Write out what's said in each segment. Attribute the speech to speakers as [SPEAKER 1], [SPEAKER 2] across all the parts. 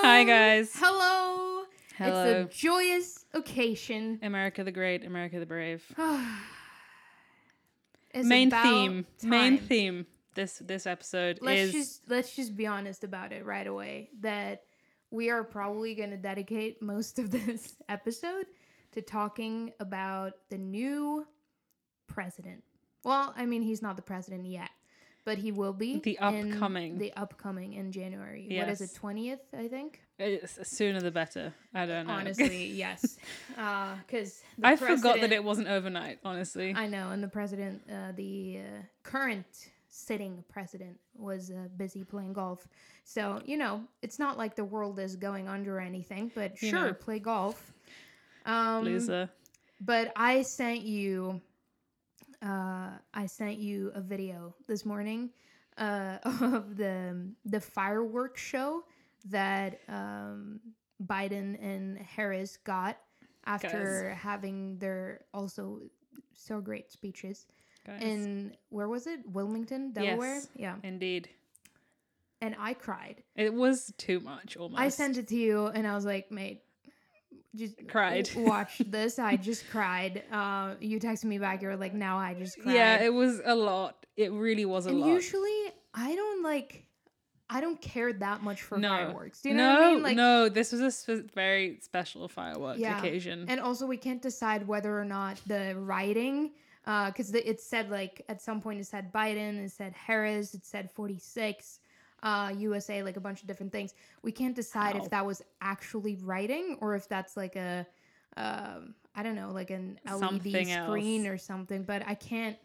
[SPEAKER 1] Hi, guys.
[SPEAKER 2] Hello.
[SPEAKER 1] Hello.
[SPEAKER 2] It's a joyous occasion.
[SPEAKER 1] America the Great, America the Brave.
[SPEAKER 2] It's
[SPEAKER 1] main
[SPEAKER 2] about
[SPEAKER 1] theme. Main
[SPEAKER 2] time.
[SPEAKER 1] theme. This this episode
[SPEAKER 2] Let's
[SPEAKER 1] is
[SPEAKER 2] just let's just be honest about it right away. That we are probably going to dedicate most of this episode to talking about the new president. Well, I mean, he's not the president yet, but he will be
[SPEAKER 1] The
[SPEAKER 2] in-
[SPEAKER 1] upcoming.
[SPEAKER 2] the upcoming in January. What is
[SPEAKER 1] Yes.
[SPEAKER 2] it? Twentieth, I think.
[SPEAKER 1] it's uh, sooner the better. I don't know.
[SPEAKER 2] Honestly, yes. Uh, Because
[SPEAKER 1] I forgot that it wasn't overnight. Honestly,
[SPEAKER 2] I know, and the president, uh, the uh, current sitting president, was uh, busy playing golf. So you know, it's not like the world is going under or anything. But
[SPEAKER 1] You
[SPEAKER 2] sure,
[SPEAKER 1] know.
[SPEAKER 2] play golf. Um,
[SPEAKER 1] loser.
[SPEAKER 2] But I sent you, uh, I sent you a video this morning uh, of the the fireworks show that um, Biden and Harris got after having their also so great speeches
[SPEAKER 1] Guys.
[SPEAKER 2] in where was it Wilmington Delaware
[SPEAKER 1] Yes.
[SPEAKER 2] yeah
[SPEAKER 1] Indeed,
[SPEAKER 2] and I cried
[SPEAKER 1] it was too much. Almost.
[SPEAKER 2] I sent it to you and I was like mate just
[SPEAKER 1] Cried.
[SPEAKER 2] w- watch this I just cried uh, you texted me back you were like now I just cried
[SPEAKER 1] Yeah, it was a lot. It really was a
[SPEAKER 2] and
[SPEAKER 1] lot.
[SPEAKER 2] usually I don't like I don't care that much for
[SPEAKER 1] No.
[SPEAKER 2] fireworks do you know
[SPEAKER 1] no,
[SPEAKER 2] what I mean like
[SPEAKER 1] no, this was a spe- very special firework
[SPEAKER 2] Yeah.
[SPEAKER 1] occasion.
[SPEAKER 2] And also, we can't decide whether or not the writing, because the it said like at some point it said Biden, it said Harris, it said 46, uh, USA, like a bunch of different things. We can't decide
[SPEAKER 1] How?
[SPEAKER 2] if that was actually writing or if that's like a, um, I don't know, like an LED
[SPEAKER 1] Something
[SPEAKER 2] screen
[SPEAKER 1] else.
[SPEAKER 2] or something. But I can't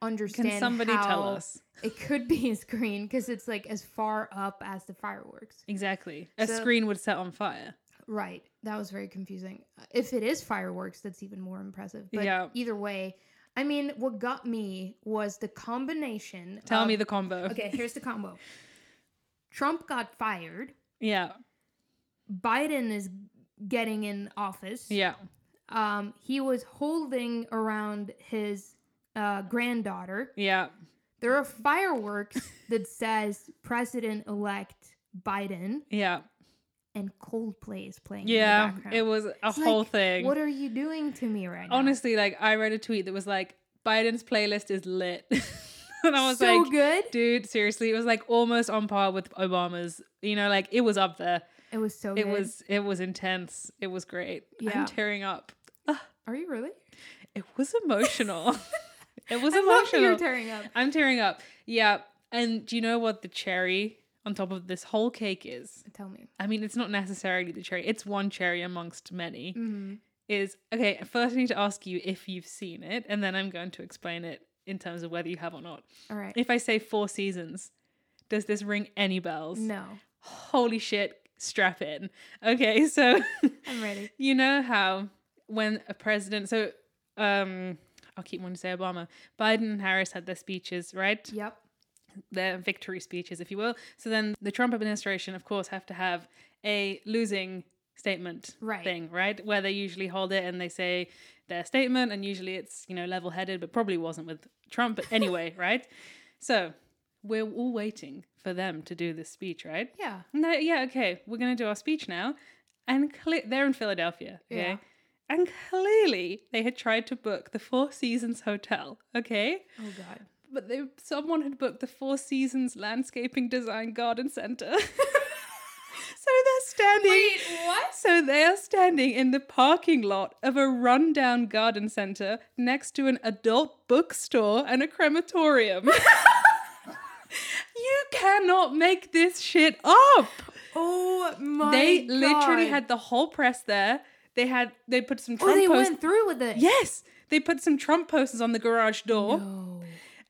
[SPEAKER 2] understand.
[SPEAKER 1] Can somebody tell
[SPEAKER 2] how
[SPEAKER 1] us?
[SPEAKER 2] It could be a screen because it's like as far up as the fireworks.
[SPEAKER 1] Exactly. A
[SPEAKER 2] So-
[SPEAKER 1] screen would set on fire.
[SPEAKER 2] Right. That was very confusing. If it is fireworks, that's even more impressive. But
[SPEAKER 1] Yeah.
[SPEAKER 2] either way, I mean, what got me was the combination.
[SPEAKER 1] Tell
[SPEAKER 2] of-
[SPEAKER 1] me the combo.
[SPEAKER 2] Um, Okay, here's the combo. Trump got fired.
[SPEAKER 1] Yeah.
[SPEAKER 2] Biden is getting in office.
[SPEAKER 1] Yeah.
[SPEAKER 2] Um, he was holding around his uh, granddaughter.
[SPEAKER 1] Yeah.
[SPEAKER 2] There are fireworks that says President Elect Biden,
[SPEAKER 1] Yeah.
[SPEAKER 2] and Coldplay is playing. in the
[SPEAKER 1] Yeah.
[SPEAKER 2] background.
[SPEAKER 1] It was a
[SPEAKER 2] It's
[SPEAKER 1] whole
[SPEAKER 2] like,
[SPEAKER 1] thing.
[SPEAKER 2] What are you doing to me right now?
[SPEAKER 1] Honestly, like I read a tweet that was like, Biden's playlist is lit. and I was
[SPEAKER 2] so
[SPEAKER 1] like,
[SPEAKER 2] good.
[SPEAKER 1] dude, seriously, it was like almost on par with Obama's. You know, like it was up there.
[SPEAKER 2] It was so
[SPEAKER 1] It
[SPEAKER 2] good.
[SPEAKER 1] was it was intense. It was great.
[SPEAKER 2] Yeah.
[SPEAKER 1] I'm tearing up.
[SPEAKER 2] Are you really?
[SPEAKER 1] It was emotional. it was
[SPEAKER 2] I love that
[SPEAKER 1] emotional.
[SPEAKER 2] you're tearing up.
[SPEAKER 1] I'm tearing up. Yeah. And do you know what the cherry on top of this whole cake is?
[SPEAKER 2] Tell me.
[SPEAKER 1] I mean, it's not necessarily the cherry. It's one cherry amongst many.
[SPEAKER 2] hmm
[SPEAKER 1] Is okay. First, I need to ask you if you've seen it, and then I'm going to explain it in terms of whether you have or not.
[SPEAKER 2] All right.
[SPEAKER 1] If I say Four Seasons, does this ring any bells?
[SPEAKER 2] No,
[SPEAKER 1] Holy shit! Strap in. Okay, so
[SPEAKER 2] I'm ready.
[SPEAKER 1] you know how when a president, so um, I'll keep wanting to say Obama, Biden and Harris had their speeches, right?
[SPEAKER 2] Yep.
[SPEAKER 1] their victory speeches, if you will. So then the Trump administration, of course, have to have a losing statement
[SPEAKER 2] Right.
[SPEAKER 1] thing, right? Where they usually hold it and they say their statement, and usually it's, you know, level headed, but probably wasn't with Trump, but anyway, right? So we're all waiting for them to do this speech, right?
[SPEAKER 2] Yeah.
[SPEAKER 1] No, yeah, okay, we're going to do our speech now. And cle- they're in Philadelphia, okay?
[SPEAKER 2] Yeah.
[SPEAKER 1] And clearly they had tried to book the Four Seasons Hotel, okay?
[SPEAKER 2] Oh God.
[SPEAKER 1] But they, someone had booked the Four Seasons Landscaping Design Garden Center. so they're standing.
[SPEAKER 2] what?
[SPEAKER 1] So they are standing in the parking lot of a rundown garden center next to an adult bookstore and a crematorium. you cannot make this shit up.
[SPEAKER 2] Oh my.
[SPEAKER 1] they literally
[SPEAKER 2] God.
[SPEAKER 1] had the whole press there. They had they put some
[SPEAKER 2] Oh,
[SPEAKER 1] Trump
[SPEAKER 2] they
[SPEAKER 1] posters.
[SPEAKER 2] went through with it.
[SPEAKER 1] Yes, they put some Trump posters on the garage door
[SPEAKER 2] No.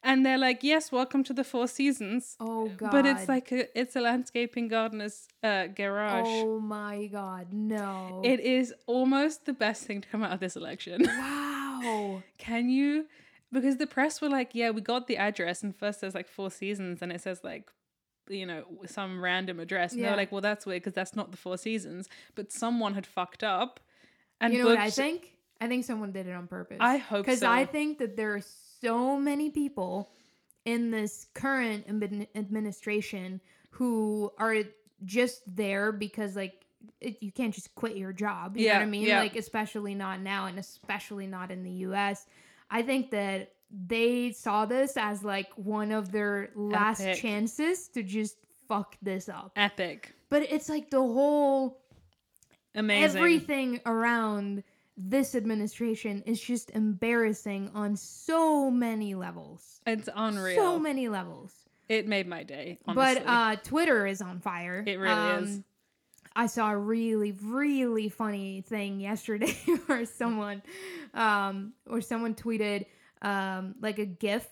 [SPEAKER 1] and they're like, "Yes, welcome to the Four Seasons."
[SPEAKER 2] Oh God.
[SPEAKER 1] But it's like a, it's a landscaping gardener's uh, garage.
[SPEAKER 2] Oh my God. No.
[SPEAKER 1] It is almost the best thing to come out of this election.
[SPEAKER 2] Wow.
[SPEAKER 1] Can you? Because the press were like, "Yeah, we got the address," and first there's like Four Seasons, and it says like. You know, some random address, and they
[SPEAKER 2] Yeah.
[SPEAKER 1] were like, "Well, that's weird because that's not the Four Seasons." But someone had fucked up, and
[SPEAKER 2] you know what I
[SPEAKER 1] booked-
[SPEAKER 2] think? I think someone did it on purpose.
[SPEAKER 1] I hope
[SPEAKER 2] because
[SPEAKER 1] so.
[SPEAKER 2] I think that there are so many people in this current admin- administration who are just there because like it, you can't just quit your job. You know
[SPEAKER 1] Yeah,
[SPEAKER 2] what I mean?
[SPEAKER 1] yeah.
[SPEAKER 2] Like especially not now, and especially not in the U.S. I think that they saw this as like one of their last
[SPEAKER 1] Epic.
[SPEAKER 2] chances to just fuck this up.
[SPEAKER 1] Epic.
[SPEAKER 2] But it's like the whole
[SPEAKER 1] Amazing.
[SPEAKER 2] everything around this administration is just embarrassing on so many levels.
[SPEAKER 1] It's unreal.
[SPEAKER 2] So many levels.
[SPEAKER 1] It made my day, honestly.
[SPEAKER 2] But uh, Twitter is on fire. Um,
[SPEAKER 1] It really is.
[SPEAKER 2] I saw a really, really funny thing yesterday where someone, um, or someone tweeted um, like a GIF,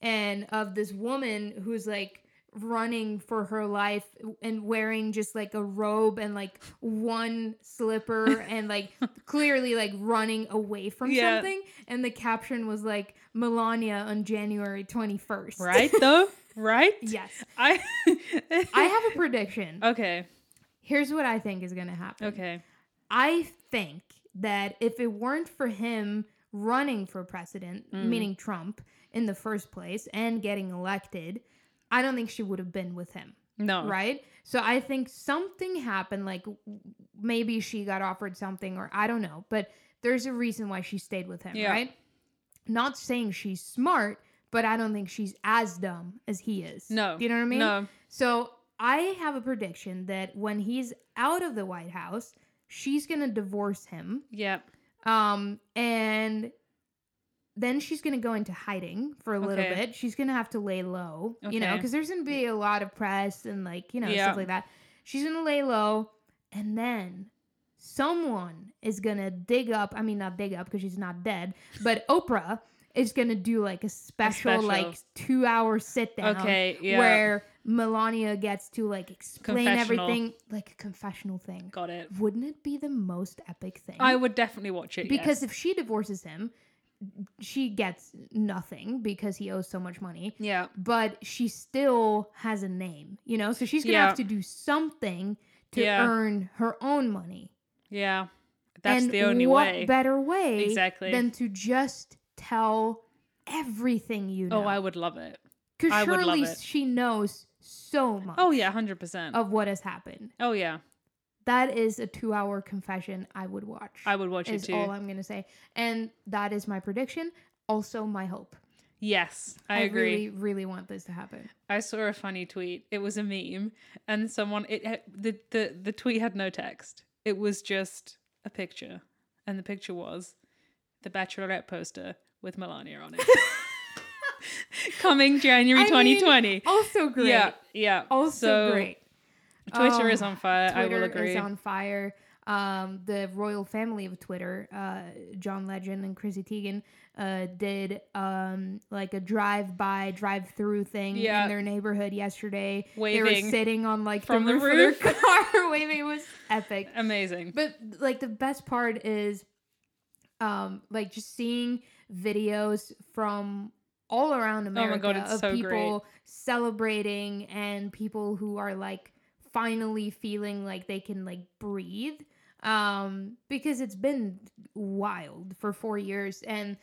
[SPEAKER 2] and of this woman who's like running for her life and wearing just like a robe and like one slipper and like clearly like running away from
[SPEAKER 1] Yeah.
[SPEAKER 2] something and the caption was like Melania on January 21st
[SPEAKER 1] right, though? Right?
[SPEAKER 2] yes
[SPEAKER 1] I.
[SPEAKER 2] I have a prediction.
[SPEAKER 1] Okay.
[SPEAKER 2] Here's what I think is going to happen.
[SPEAKER 1] Okay.
[SPEAKER 2] I think that if it weren't for him running for president,
[SPEAKER 1] Mm.
[SPEAKER 2] meaning Trump in the first place and getting elected, I don't think she would have been with him,
[SPEAKER 1] No.
[SPEAKER 2] right? So I think something happened like w- maybe she got offered something or I don't know, but there's a reason why she stayed with him,
[SPEAKER 1] Yeah.
[SPEAKER 2] right? Not saying she's smart, but I don't think she's as dumb as he is.
[SPEAKER 1] No.
[SPEAKER 2] You know what I mean?
[SPEAKER 1] No.
[SPEAKER 2] So I have a prediction that when he's out of the White House, she's going to divorce him.
[SPEAKER 1] Yeah.
[SPEAKER 2] Um, and then she's going to go into hiding for a little
[SPEAKER 1] Okay.
[SPEAKER 2] bit. She's going to have to lay low, you know,
[SPEAKER 1] Okay.
[SPEAKER 2] because there's going to be a lot of press and like, you know,
[SPEAKER 1] Yeah.
[SPEAKER 2] stuff like that. She's going to lay low. And then someone is going to dig up. I mean, not dig up because she's not dead, but Oprah is going to do like a special,
[SPEAKER 1] special.
[SPEAKER 2] like two hour sit down
[SPEAKER 1] Okay. Yeah.
[SPEAKER 2] where Melania gets to like explain
[SPEAKER 1] Confessional.
[SPEAKER 2] everything like a confessional thing.
[SPEAKER 1] Got it.
[SPEAKER 2] Wouldn't it be the most epic thing?
[SPEAKER 1] I would definitely watch it. yes.
[SPEAKER 2] because if she divorces him, she gets nothing because he owes so much money,
[SPEAKER 1] Yeah.
[SPEAKER 2] but she still has a name, you know? So she's going to
[SPEAKER 1] Yeah.
[SPEAKER 2] have to do something to
[SPEAKER 1] Yeah.
[SPEAKER 2] earn her own money.
[SPEAKER 1] Yeah. That's
[SPEAKER 2] And
[SPEAKER 1] the only
[SPEAKER 2] what
[SPEAKER 1] way.
[SPEAKER 2] better way
[SPEAKER 1] Exactly.
[SPEAKER 2] than to just tell everything you know.
[SPEAKER 1] Oh, I would love it.
[SPEAKER 2] Because
[SPEAKER 1] I would love
[SPEAKER 2] surely
[SPEAKER 1] it.
[SPEAKER 2] she knows so much
[SPEAKER 1] Oh yeah, hundred percent.
[SPEAKER 2] of what has happened.
[SPEAKER 1] Oh yeah,
[SPEAKER 2] That is a two hour confession I would watch.
[SPEAKER 1] I would watch it
[SPEAKER 2] is
[SPEAKER 1] too.
[SPEAKER 2] all I'm going to say. And that is my prediction. Also, my hope.
[SPEAKER 1] yes, I, agree.
[SPEAKER 2] really, really want this to happen.
[SPEAKER 1] I saw a funny tweet. It was a meme, and someone it had- the the the tweet had no text. It was just a picture, and the picture was the Bachelorette poster with Melania on it. Coming January
[SPEAKER 2] I mean,
[SPEAKER 1] 2020.
[SPEAKER 2] Also great.
[SPEAKER 1] Yeah, yeah.
[SPEAKER 2] Also
[SPEAKER 1] So,
[SPEAKER 2] great.
[SPEAKER 1] Twitter
[SPEAKER 2] Oh,
[SPEAKER 1] is on fire. I will
[SPEAKER 2] Twitter
[SPEAKER 1] agree.
[SPEAKER 2] is on fire. Um, the royal family of Twitter, uh, John Legend and Chrissy Teigen, uh, did um, like a drive-by, drive-through thing
[SPEAKER 1] Yeah.
[SPEAKER 2] in their neighborhood yesterday. They
[SPEAKER 1] Waving
[SPEAKER 2] were sitting on like
[SPEAKER 1] from
[SPEAKER 2] the
[SPEAKER 1] the
[SPEAKER 2] roof, of
[SPEAKER 1] roof.
[SPEAKER 2] their car, waving. It was epic.
[SPEAKER 1] Amazing.
[SPEAKER 2] But like the best part is, um, like just seeing videos from all around
[SPEAKER 1] Oh my
[SPEAKER 2] America
[SPEAKER 1] God, it's
[SPEAKER 2] of
[SPEAKER 1] so great.
[SPEAKER 2] people celebrating and people who are like finally feeling like they can like breathe. Um, because it's been wild for four years and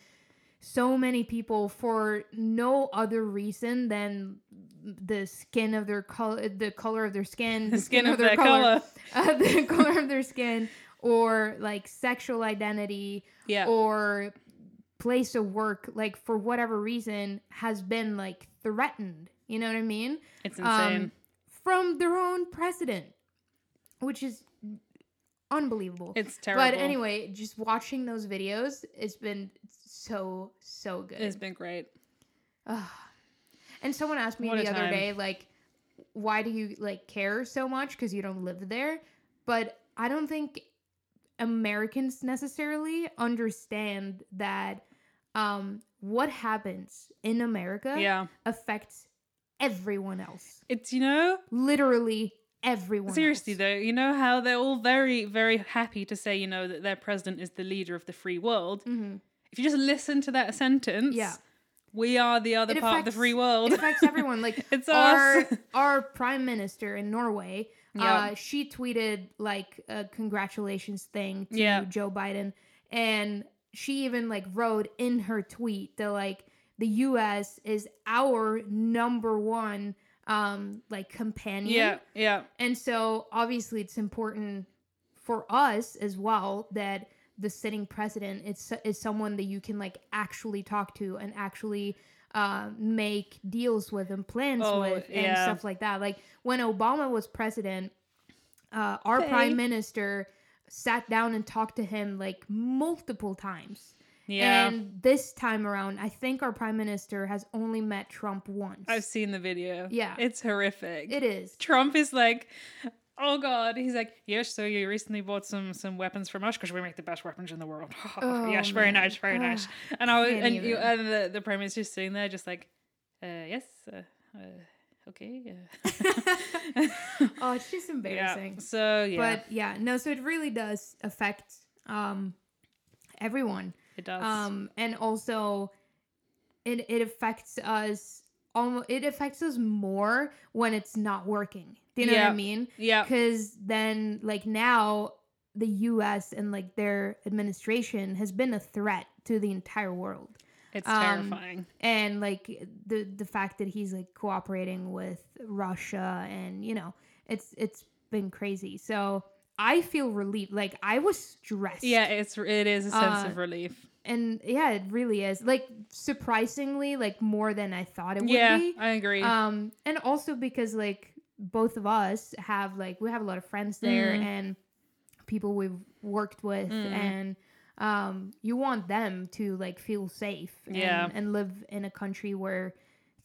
[SPEAKER 2] so many people for no other reason than the skin of their color, the color of their skin,
[SPEAKER 1] The skin of their color.
[SPEAKER 2] uh, the color of their skin or like sexual identity
[SPEAKER 1] Yeah.
[SPEAKER 2] or place of work like for whatever reason has been like threatened you know what i mean
[SPEAKER 1] It's insane.
[SPEAKER 2] from their own president which is unbelievable
[SPEAKER 1] it's terrible.
[SPEAKER 2] but anyway just watching those videos it's been so so good
[SPEAKER 1] it's been great.
[SPEAKER 2] Ugh. And someone asked me
[SPEAKER 1] What a
[SPEAKER 2] the other
[SPEAKER 1] time.
[SPEAKER 2] day, like, why do you like care so much? Because you don't live there. But I don't think Americans necessarily understand that um, what happens in America
[SPEAKER 1] Yeah.
[SPEAKER 2] affects everyone else.
[SPEAKER 1] It's you know
[SPEAKER 2] Literally everyone.
[SPEAKER 1] Seriously,
[SPEAKER 2] else.
[SPEAKER 1] though, you know how they're all very, very happy to say, you know, that their president is the leader of the free world.
[SPEAKER 2] Mhm.
[SPEAKER 1] If you just listen to that sentence,
[SPEAKER 2] Yeah.
[SPEAKER 1] we are the other
[SPEAKER 2] It
[SPEAKER 1] part of the
[SPEAKER 2] affects-
[SPEAKER 1] free world.
[SPEAKER 2] It affects everyone. Like
[SPEAKER 1] it's
[SPEAKER 2] our
[SPEAKER 1] us.
[SPEAKER 2] our prime minister in Norway.
[SPEAKER 1] Yeah.
[SPEAKER 2] Uh, she tweeted like a congratulations thing to
[SPEAKER 1] Yeah.
[SPEAKER 2] Joe Biden, and she even like wrote in her tweet that like the U.S. is our number one um like companion.
[SPEAKER 1] Yeah, yeah,
[SPEAKER 2] And so obviously it's important for us as well that the sitting president is is someone that you can like actually talk to and actually uh, make deals with and plans
[SPEAKER 1] Oh,
[SPEAKER 2] with and
[SPEAKER 1] yeah.
[SPEAKER 2] stuff like that. Like when Obama was president, uh, our
[SPEAKER 1] Hey.
[SPEAKER 2] prime minister sat down and talked to him like multiple times.
[SPEAKER 1] Yeah.
[SPEAKER 2] And this time around, I think our prime minister has only met Trump once.
[SPEAKER 1] I've seen the video.
[SPEAKER 2] Yeah.
[SPEAKER 1] It's horrific.
[SPEAKER 2] It is.
[SPEAKER 1] Trump is like, oh god, he's like, yes. So you recently bought some some weapons from us because we make the best weapons in the world.
[SPEAKER 2] Oh,
[SPEAKER 1] yes, very
[SPEAKER 2] man.
[SPEAKER 1] nice, very
[SPEAKER 2] Ah,
[SPEAKER 1] nice. And I was,
[SPEAKER 2] can't
[SPEAKER 1] and, you,
[SPEAKER 2] even.
[SPEAKER 1] and the the prime minister's sitting there, just like, uh, yes, uh, uh, okay. Uh.
[SPEAKER 2] Oh, it's just
[SPEAKER 1] yeah.
[SPEAKER 2] embarrassing.
[SPEAKER 1] So yeah,
[SPEAKER 2] But yeah, no, so it really does affect um everyone.
[SPEAKER 1] it does.
[SPEAKER 2] Um and also it it affects us almost it affects us more when it's not working. Do you know what
[SPEAKER 1] Yeah.
[SPEAKER 2] I mean?
[SPEAKER 1] yeah.
[SPEAKER 2] Cuz then like now the US and like their administration has been a threat to the entire world.
[SPEAKER 1] It's
[SPEAKER 2] um,
[SPEAKER 1] terrifying.
[SPEAKER 2] and like the the fact that he's like cooperating with Russia and you know it's it's been crazy. So I feel relieved. Like I was stressed.
[SPEAKER 1] Yeah, it's it is a sense
[SPEAKER 2] uh,
[SPEAKER 1] of relief.
[SPEAKER 2] and yeah, it really is. Like surprisingly, like more than I thought it would
[SPEAKER 1] Yeah,
[SPEAKER 2] be.
[SPEAKER 1] I agree.
[SPEAKER 2] Um, and also because like both of us have like we have a lot of friends there
[SPEAKER 1] Mhm.
[SPEAKER 2] and people we've worked with
[SPEAKER 1] Mhm.
[SPEAKER 2] and um you want them to like feel safe and,
[SPEAKER 1] Yeah.
[SPEAKER 2] and live in a country where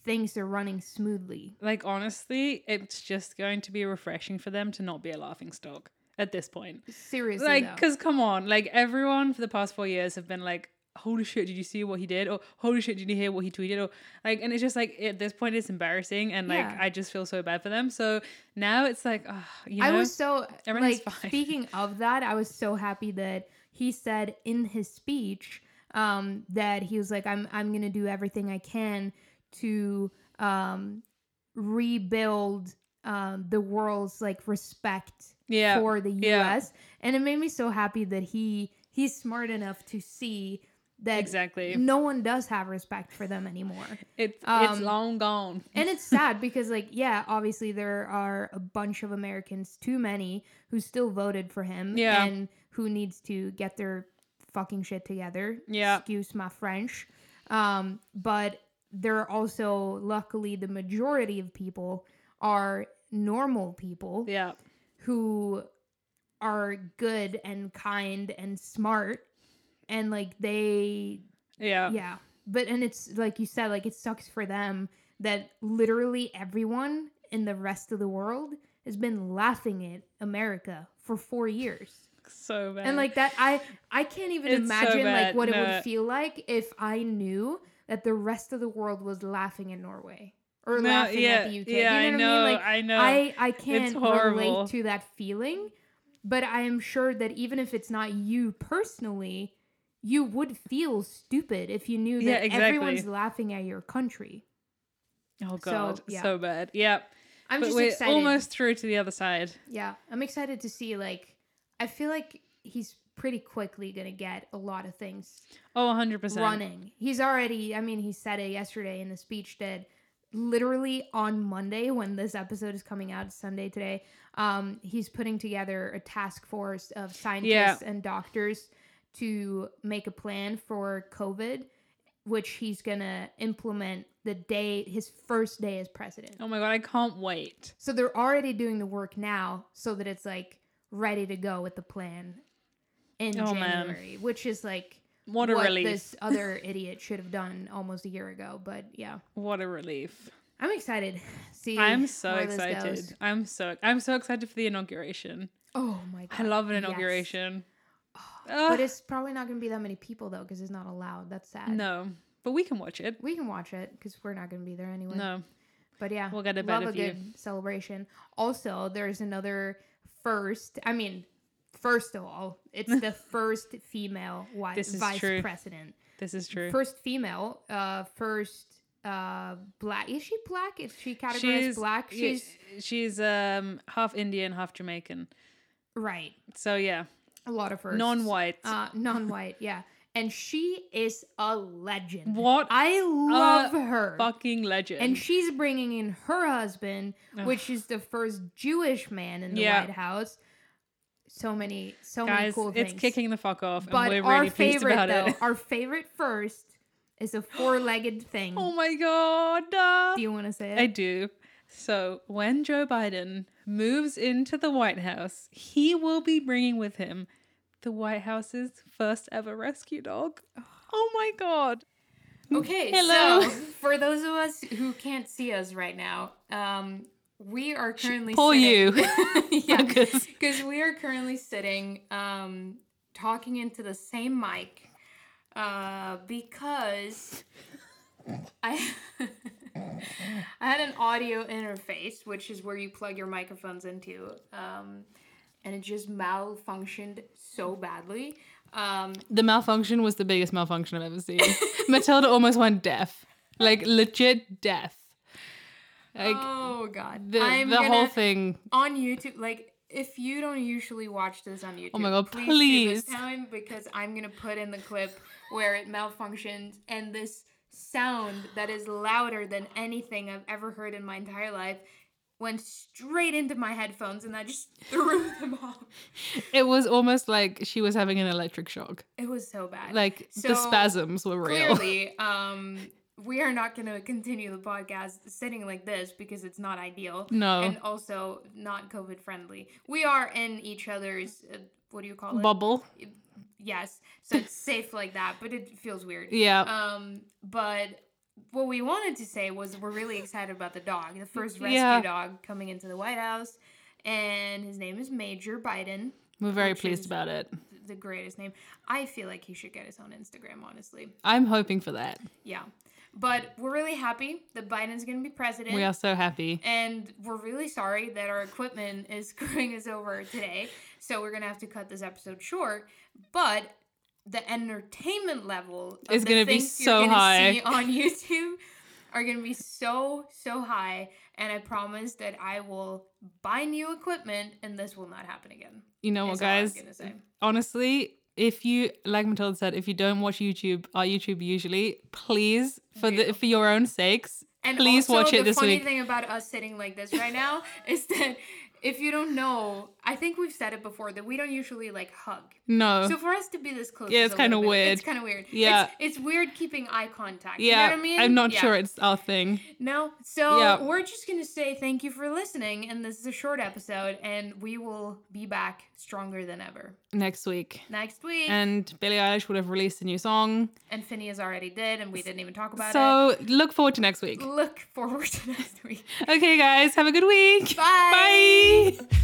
[SPEAKER 2] things are running smoothly.
[SPEAKER 1] like honestly, it's just going to be refreshing for them to not be a laughing stock at this point.
[SPEAKER 2] Seriously.
[SPEAKER 1] like
[SPEAKER 2] though.
[SPEAKER 1] because come on like everyone for the past four years have been like holy shit did you see what he did or holy shit did you hear what he tweeted or like and it's just like at this point it's embarrassing and like
[SPEAKER 2] Yeah.
[SPEAKER 1] i just feel so bad for them so now it's like ah, you know
[SPEAKER 2] I was so
[SPEAKER 1] everything's
[SPEAKER 2] like
[SPEAKER 1] fine.
[SPEAKER 2] speaking of that, I was so happy that he said in his speech um, that he was like, "I'm I'm gonna do everything I can to um, rebuild um, the world's like respect
[SPEAKER 1] yeah
[SPEAKER 2] for the
[SPEAKER 1] yeah.
[SPEAKER 2] U.S." And it made me so happy that he he's smart enough to see that
[SPEAKER 1] exactly
[SPEAKER 2] no one does have respect for them anymore.
[SPEAKER 1] it's it's
[SPEAKER 2] um,
[SPEAKER 1] long gone
[SPEAKER 2] And it's sad because, like, yeah, obviously there are a bunch of Americans, too many, who still voted for him.
[SPEAKER 1] Yeah.
[SPEAKER 2] And who needs to get their fucking shit together.
[SPEAKER 1] Yeah.
[SPEAKER 2] Excuse my French. Um, but there are also, luckily, the majority of people are normal people
[SPEAKER 1] yeah
[SPEAKER 2] who are good and kind and smart. And, like, they
[SPEAKER 1] yeah
[SPEAKER 2] yeah but and it's like you said like it sucks for them that literally everyone in the rest of the world has been laughing at america for four years
[SPEAKER 1] so bad
[SPEAKER 2] and like that i i can't even
[SPEAKER 1] It's so
[SPEAKER 2] imagine like
[SPEAKER 1] bad.
[SPEAKER 2] what it
[SPEAKER 1] No.
[SPEAKER 2] would feel like if i knew that the rest of the world was laughing at norway or
[SPEAKER 1] No,
[SPEAKER 2] laughing
[SPEAKER 1] yeah
[SPEAKER 2] at the uk
[SPEAKER 1] yeah
[SPEAKER 2] you know,
[SPEAKER 1] i know
[SPEAKER 2] what i mean like
[SPEAKER 1] i know
[SPEAKER 2] I I can't
[SPEAKER 1] horrible.
[SPEAKER 2] relate to that feeling, but I am sure that even if it's not you personally, you would feel stupid if you knew that
[SPEAKER 1] Yeah, exactly.
[SPEAKER 2] everyone's laughing at your country.
[SPEAKER 1] oh god so,
[SPEAKER 2] yeah.
[SPEAKER 1] bad yeah
[SPEAKER 2] I'm
[SPEAKER 1] but
[SPEAKER 2] just
[SPEAKER 1] we're
[SPEAKER 2] excited.
[SPEAKER 1] almost through to the other side
[SPEAKER 2] yeah, I'm excited to see. Like, I feel like he's pretty quickly gonna get a lot of things
[SPEAKER 1] oh 100 percent
[SPEAKER 2] running. He's already. I mean, he said it yesterday in the speech that literally on Monday when this episode is coming out Sunday today, um, he's putting together a task force of scientists
[SPEAKER 1] Yeah.
[SPEAKER 2] and doctors to make a plan for COVID, which he's gonna implement the day his first day as president.
[SPEAKER 1] oh my god i can't wait
[SPEAKER 2] So they're already doing the work now so that it's like ready to go with the plan in
[SPEAKER 1] Oh, man.
[SPEAKER 2] January, which is like
[SPEAKER 1] what a relief
[SPEAKER 2] this other idiot should have done almost a year ago. But yeah,
[SPEAKER 1] what a relief
[SPEAKER 2] I'm excited. See,
[SPEAKER 1] I'm so
[SPEAKER 2] where this
[SPEAKER 1] excited.
[SPEAKER 2] goes.
[SPEAKER 1] I'm so I'm so excited for the inauguration.
[SPEAKER 2] Oh my god,
[SPEAKER 1] I love an
[SPEAKER 2] yes. Oh,
[SPEAKER 1] inauguration.
[SPEAKER 2] But
[SPEAKER 1] Ugh,
[SPEAKER 2] it's probably not going to be that many people though, because it's not allowed. That's sad.
[SPEAKER 1] no, but we can watch it.
[SPEAKER 2] we can watch it because we're not going to be there anyway.
[SPEAKER 1] No,
[SPEAKER 2] But yeah,
[SPEAKER 1] We'll get a
[SPEAKER 2] love
[SPEAKER 1] better
[SPEAKER 2] a
[SPEAKER 1] view.
[SPEAKER 2] good celebration. Also, there's another first. I mean, first of all, it's the first female wi-
[SPEAKER 1] This is
[SPEAKER 2] vice
[SPEAKER 1] true.
[SPEAKER 2] president.
[SPEAKER 1] this is true.
[SPEAKER 2] First female. Uh, first uh black is she black is she categorized black
[SPEAKER 1] yeah,
[SPEAKER 2] she's
[SPEAKER 1] she's um half Indian, half Jamaican.
[SPEAKER 2] right
[SPEAKER 1] So yeah,
[SPEAKER 2] a lot of firsts
[SPEAKER 1] non-white.
[SPEAKER 2] uh non-white yeah and she is a legend
[SPEAKER 1] What
[SPEAKER 2] i love her
[SPEAKER 1] Fucking legend.
[SPEAKER 2] and she's bringing in her husband
[SPEAKER 1] Ugh.
[SPEAKER 2] which is the first jewish man in the
[SPEAKER 1] Yeah.
[SPEAKER 2] white house
[SPEAKER 3] so many, so many
[SPEAKER 1] Guys,
[SPEAKER 3] cool
[SPEAKER 1] it's
[SPEAKER 3] things.
[SPEAKER 1] kicking the fuck off,
[SPEAKER 3] But
[SPEAKER 1] and we're
[SPEAKER 3] our
[SPEAKER 1] really pleased
[SPEAKER 3] favorite,
[SPEAKER 1] about
[SPEAKER 3] though,
[SPEAKER 1] it.
[SPEAKER 3] our favorite first is a four-legged thing.
[SPEAKER 1] Oh my god! uh,
[SPEAKER 3] Do you want to say it?
[SPEAKER 1] I do. So when Joe Biden moves into the White House, he will be bringing with him the White House's first ever rescue dog. Oh my god!
[SPEAKER 2] Okay,
[SPEAKER 1] Hello.
[SPEAKER 2] so for those of us who can't see us right now, um, we are currently
[SPEAKER 1] pull
[SPEAKER 2] sitting-
[SPEAKER 1] you.
[SPEAKER 2] yeah,
[SPEAKER 1] Focus.
[SPEAKER 2] because we are currently sitting um, talking into the same mic uh, because I I had an audio interface, which is where you plug your microphones into, um, and it just malfunctioned so badly. Um,
[SPEAKER 1] The malfunction was the biggest malfunction I've ever seen. Matilda almost went deaf, like legit deaf. Like
[SPEAKER 2] oh god,
[SPEAKER 1] the
[SPEAKER 2] I'm
[SPEAKER 1] the whole
[SPEAKER 2] gonna-
[SPEAKER 1] thing.
[SPEAKER 2] on YouTube. Like, if you don't usually watch this on YouTube,
[SPEAKER 1] Oh my God,
[SPEAKER 2] do this
[SPEAKER 1] please.
[SPEAKER 2] time because I'm gonna put in the clip where it malfunctions and this sound that is louder than anything I've ever heard in my entire life went straight into my headphones and I just threw them off.
[SPEAKER 1] It was almost like she was having an electric shock.
[SPEAKER 2] It was so bad.
[SPEAKER 1] Like
[SPEAKER 2] So,
[SPEAKER 1] the spasms were real.
[SPEAKER 2] clearly, um. We are not going to continue the podcast sitting like this because it's not ideal.
[SPEAKER 1] No.
[SPEAKER 2] And also not COVID friendly. We are in each other's, uh, what do you call it?
[SPEAKER 1] Bubble.
[SPEAKER 2] yes so it's safe like that but it feels weird
[SPEAKER 1] Yeah.
[SPEAKER 2] um but what we wanted to say was we're really excited about the dog the first rescue
[SPEAKER 1] Yeah.
[SPEAKER 2] dog coming into the white house and his name is major biden
[SPEAKER 1] We're very
[SPEAKER 2] which
[SPEAKER 1] pleased
[SPEAKER 2] is-
[SPEAKER 1] about it.
[SPEAKER 2] the greatest name i feel like he should get his own instagram honestly
[SPEAKER 1] I'm hoping for that.
[SPEAKER 2] yeah but we're really happy that biden's gonna be president
[SPEAKER 1] We are so happy.
[SPEAKER 2] and we're really sorry that our equipment is screwing us over today. So we're gonna have to cut this episode short. But the entertainment level of
[SPEAKER 1] It's
[SPEAKER 2] the
[SPEAKER 1] gonna be
[SPEAKER 2] things
[SPEAKER 1] so
[SPEAKER 2] you're gonna
[SPEAKER 1] high.
[SPEAKER 2] see on YouTube are gonna be so so high. And I promise that I will buy new equipment, and this will not happen again.
[SPEAKER 1] You know what,
[SPEAKER 2] is all I'm
[SPEAKER 1] guys?
[SPEAKER 2] gonna say.
[SPEAKER 1] Honestly, if you like Matilda said, if you don't watch YouTube, our YouTube usually, please for the for your own sakes,
[SPEAKER 2] And
[SPEAKER 1] please
[SPEAKER 2] also,
[SPEAKER 1] watch
[SPEAKER 2] the
[SPEAKER 1] it this
[SPEAKER 2] funny
[SPEAKER 1] week.
[SPEAKER 2] thing about us sitting like this right now is that if you don't know, I think we've said it before that we don't usually like hug.
[SPEAKER 1] no,
[SPEAKER 2] So for us to be this close,
[SPEAKER 1] Yeah,
[SPEAKER 2] is
[SPEAKER 1] it's
[SPEAKER 2] a
[SPEAKER 1] kinda
[SPEAKER 2] little bit-
[SPEAKER 1] weird.
[SPEAKER 2] It's kind of weird.
[SPEAKER 1] Yeah.
[SPEAKER 2] it's, it's weird keeping eye contact.
[SPEAKER 1] yeah,
[SPEAKER 2] you know what I mean.
[SPEAKER 1] am not
[SPEAKER 2] Yeah.
[SPEAKER 1] sure it's our thing.
[SPEAKER 2] No, so
[SPEAKER 1] Yeah.
[SPEAKER 2] we're just gonna say thank you for listening, and this is a short episode, and we will be back stronger than ever
[SPEAKER 1] Next week,
[SPEAKER 2] next week. And,
[SPEAKER 1] and Billie Eilish would have released a new song,
[SPEAKER 2] Phineas already did, and we didn't even talk about
[SPEAKER 1] so look forward to next
[SPEAKER 2] it.
[SPEAKER 1] week.
[SPEAKER 2] Look forward to next week.
[SPEAKER 1] Okay, guys, have a good week.
[SPEAKER 2] Bye.
[SPEAKER 1] Bye.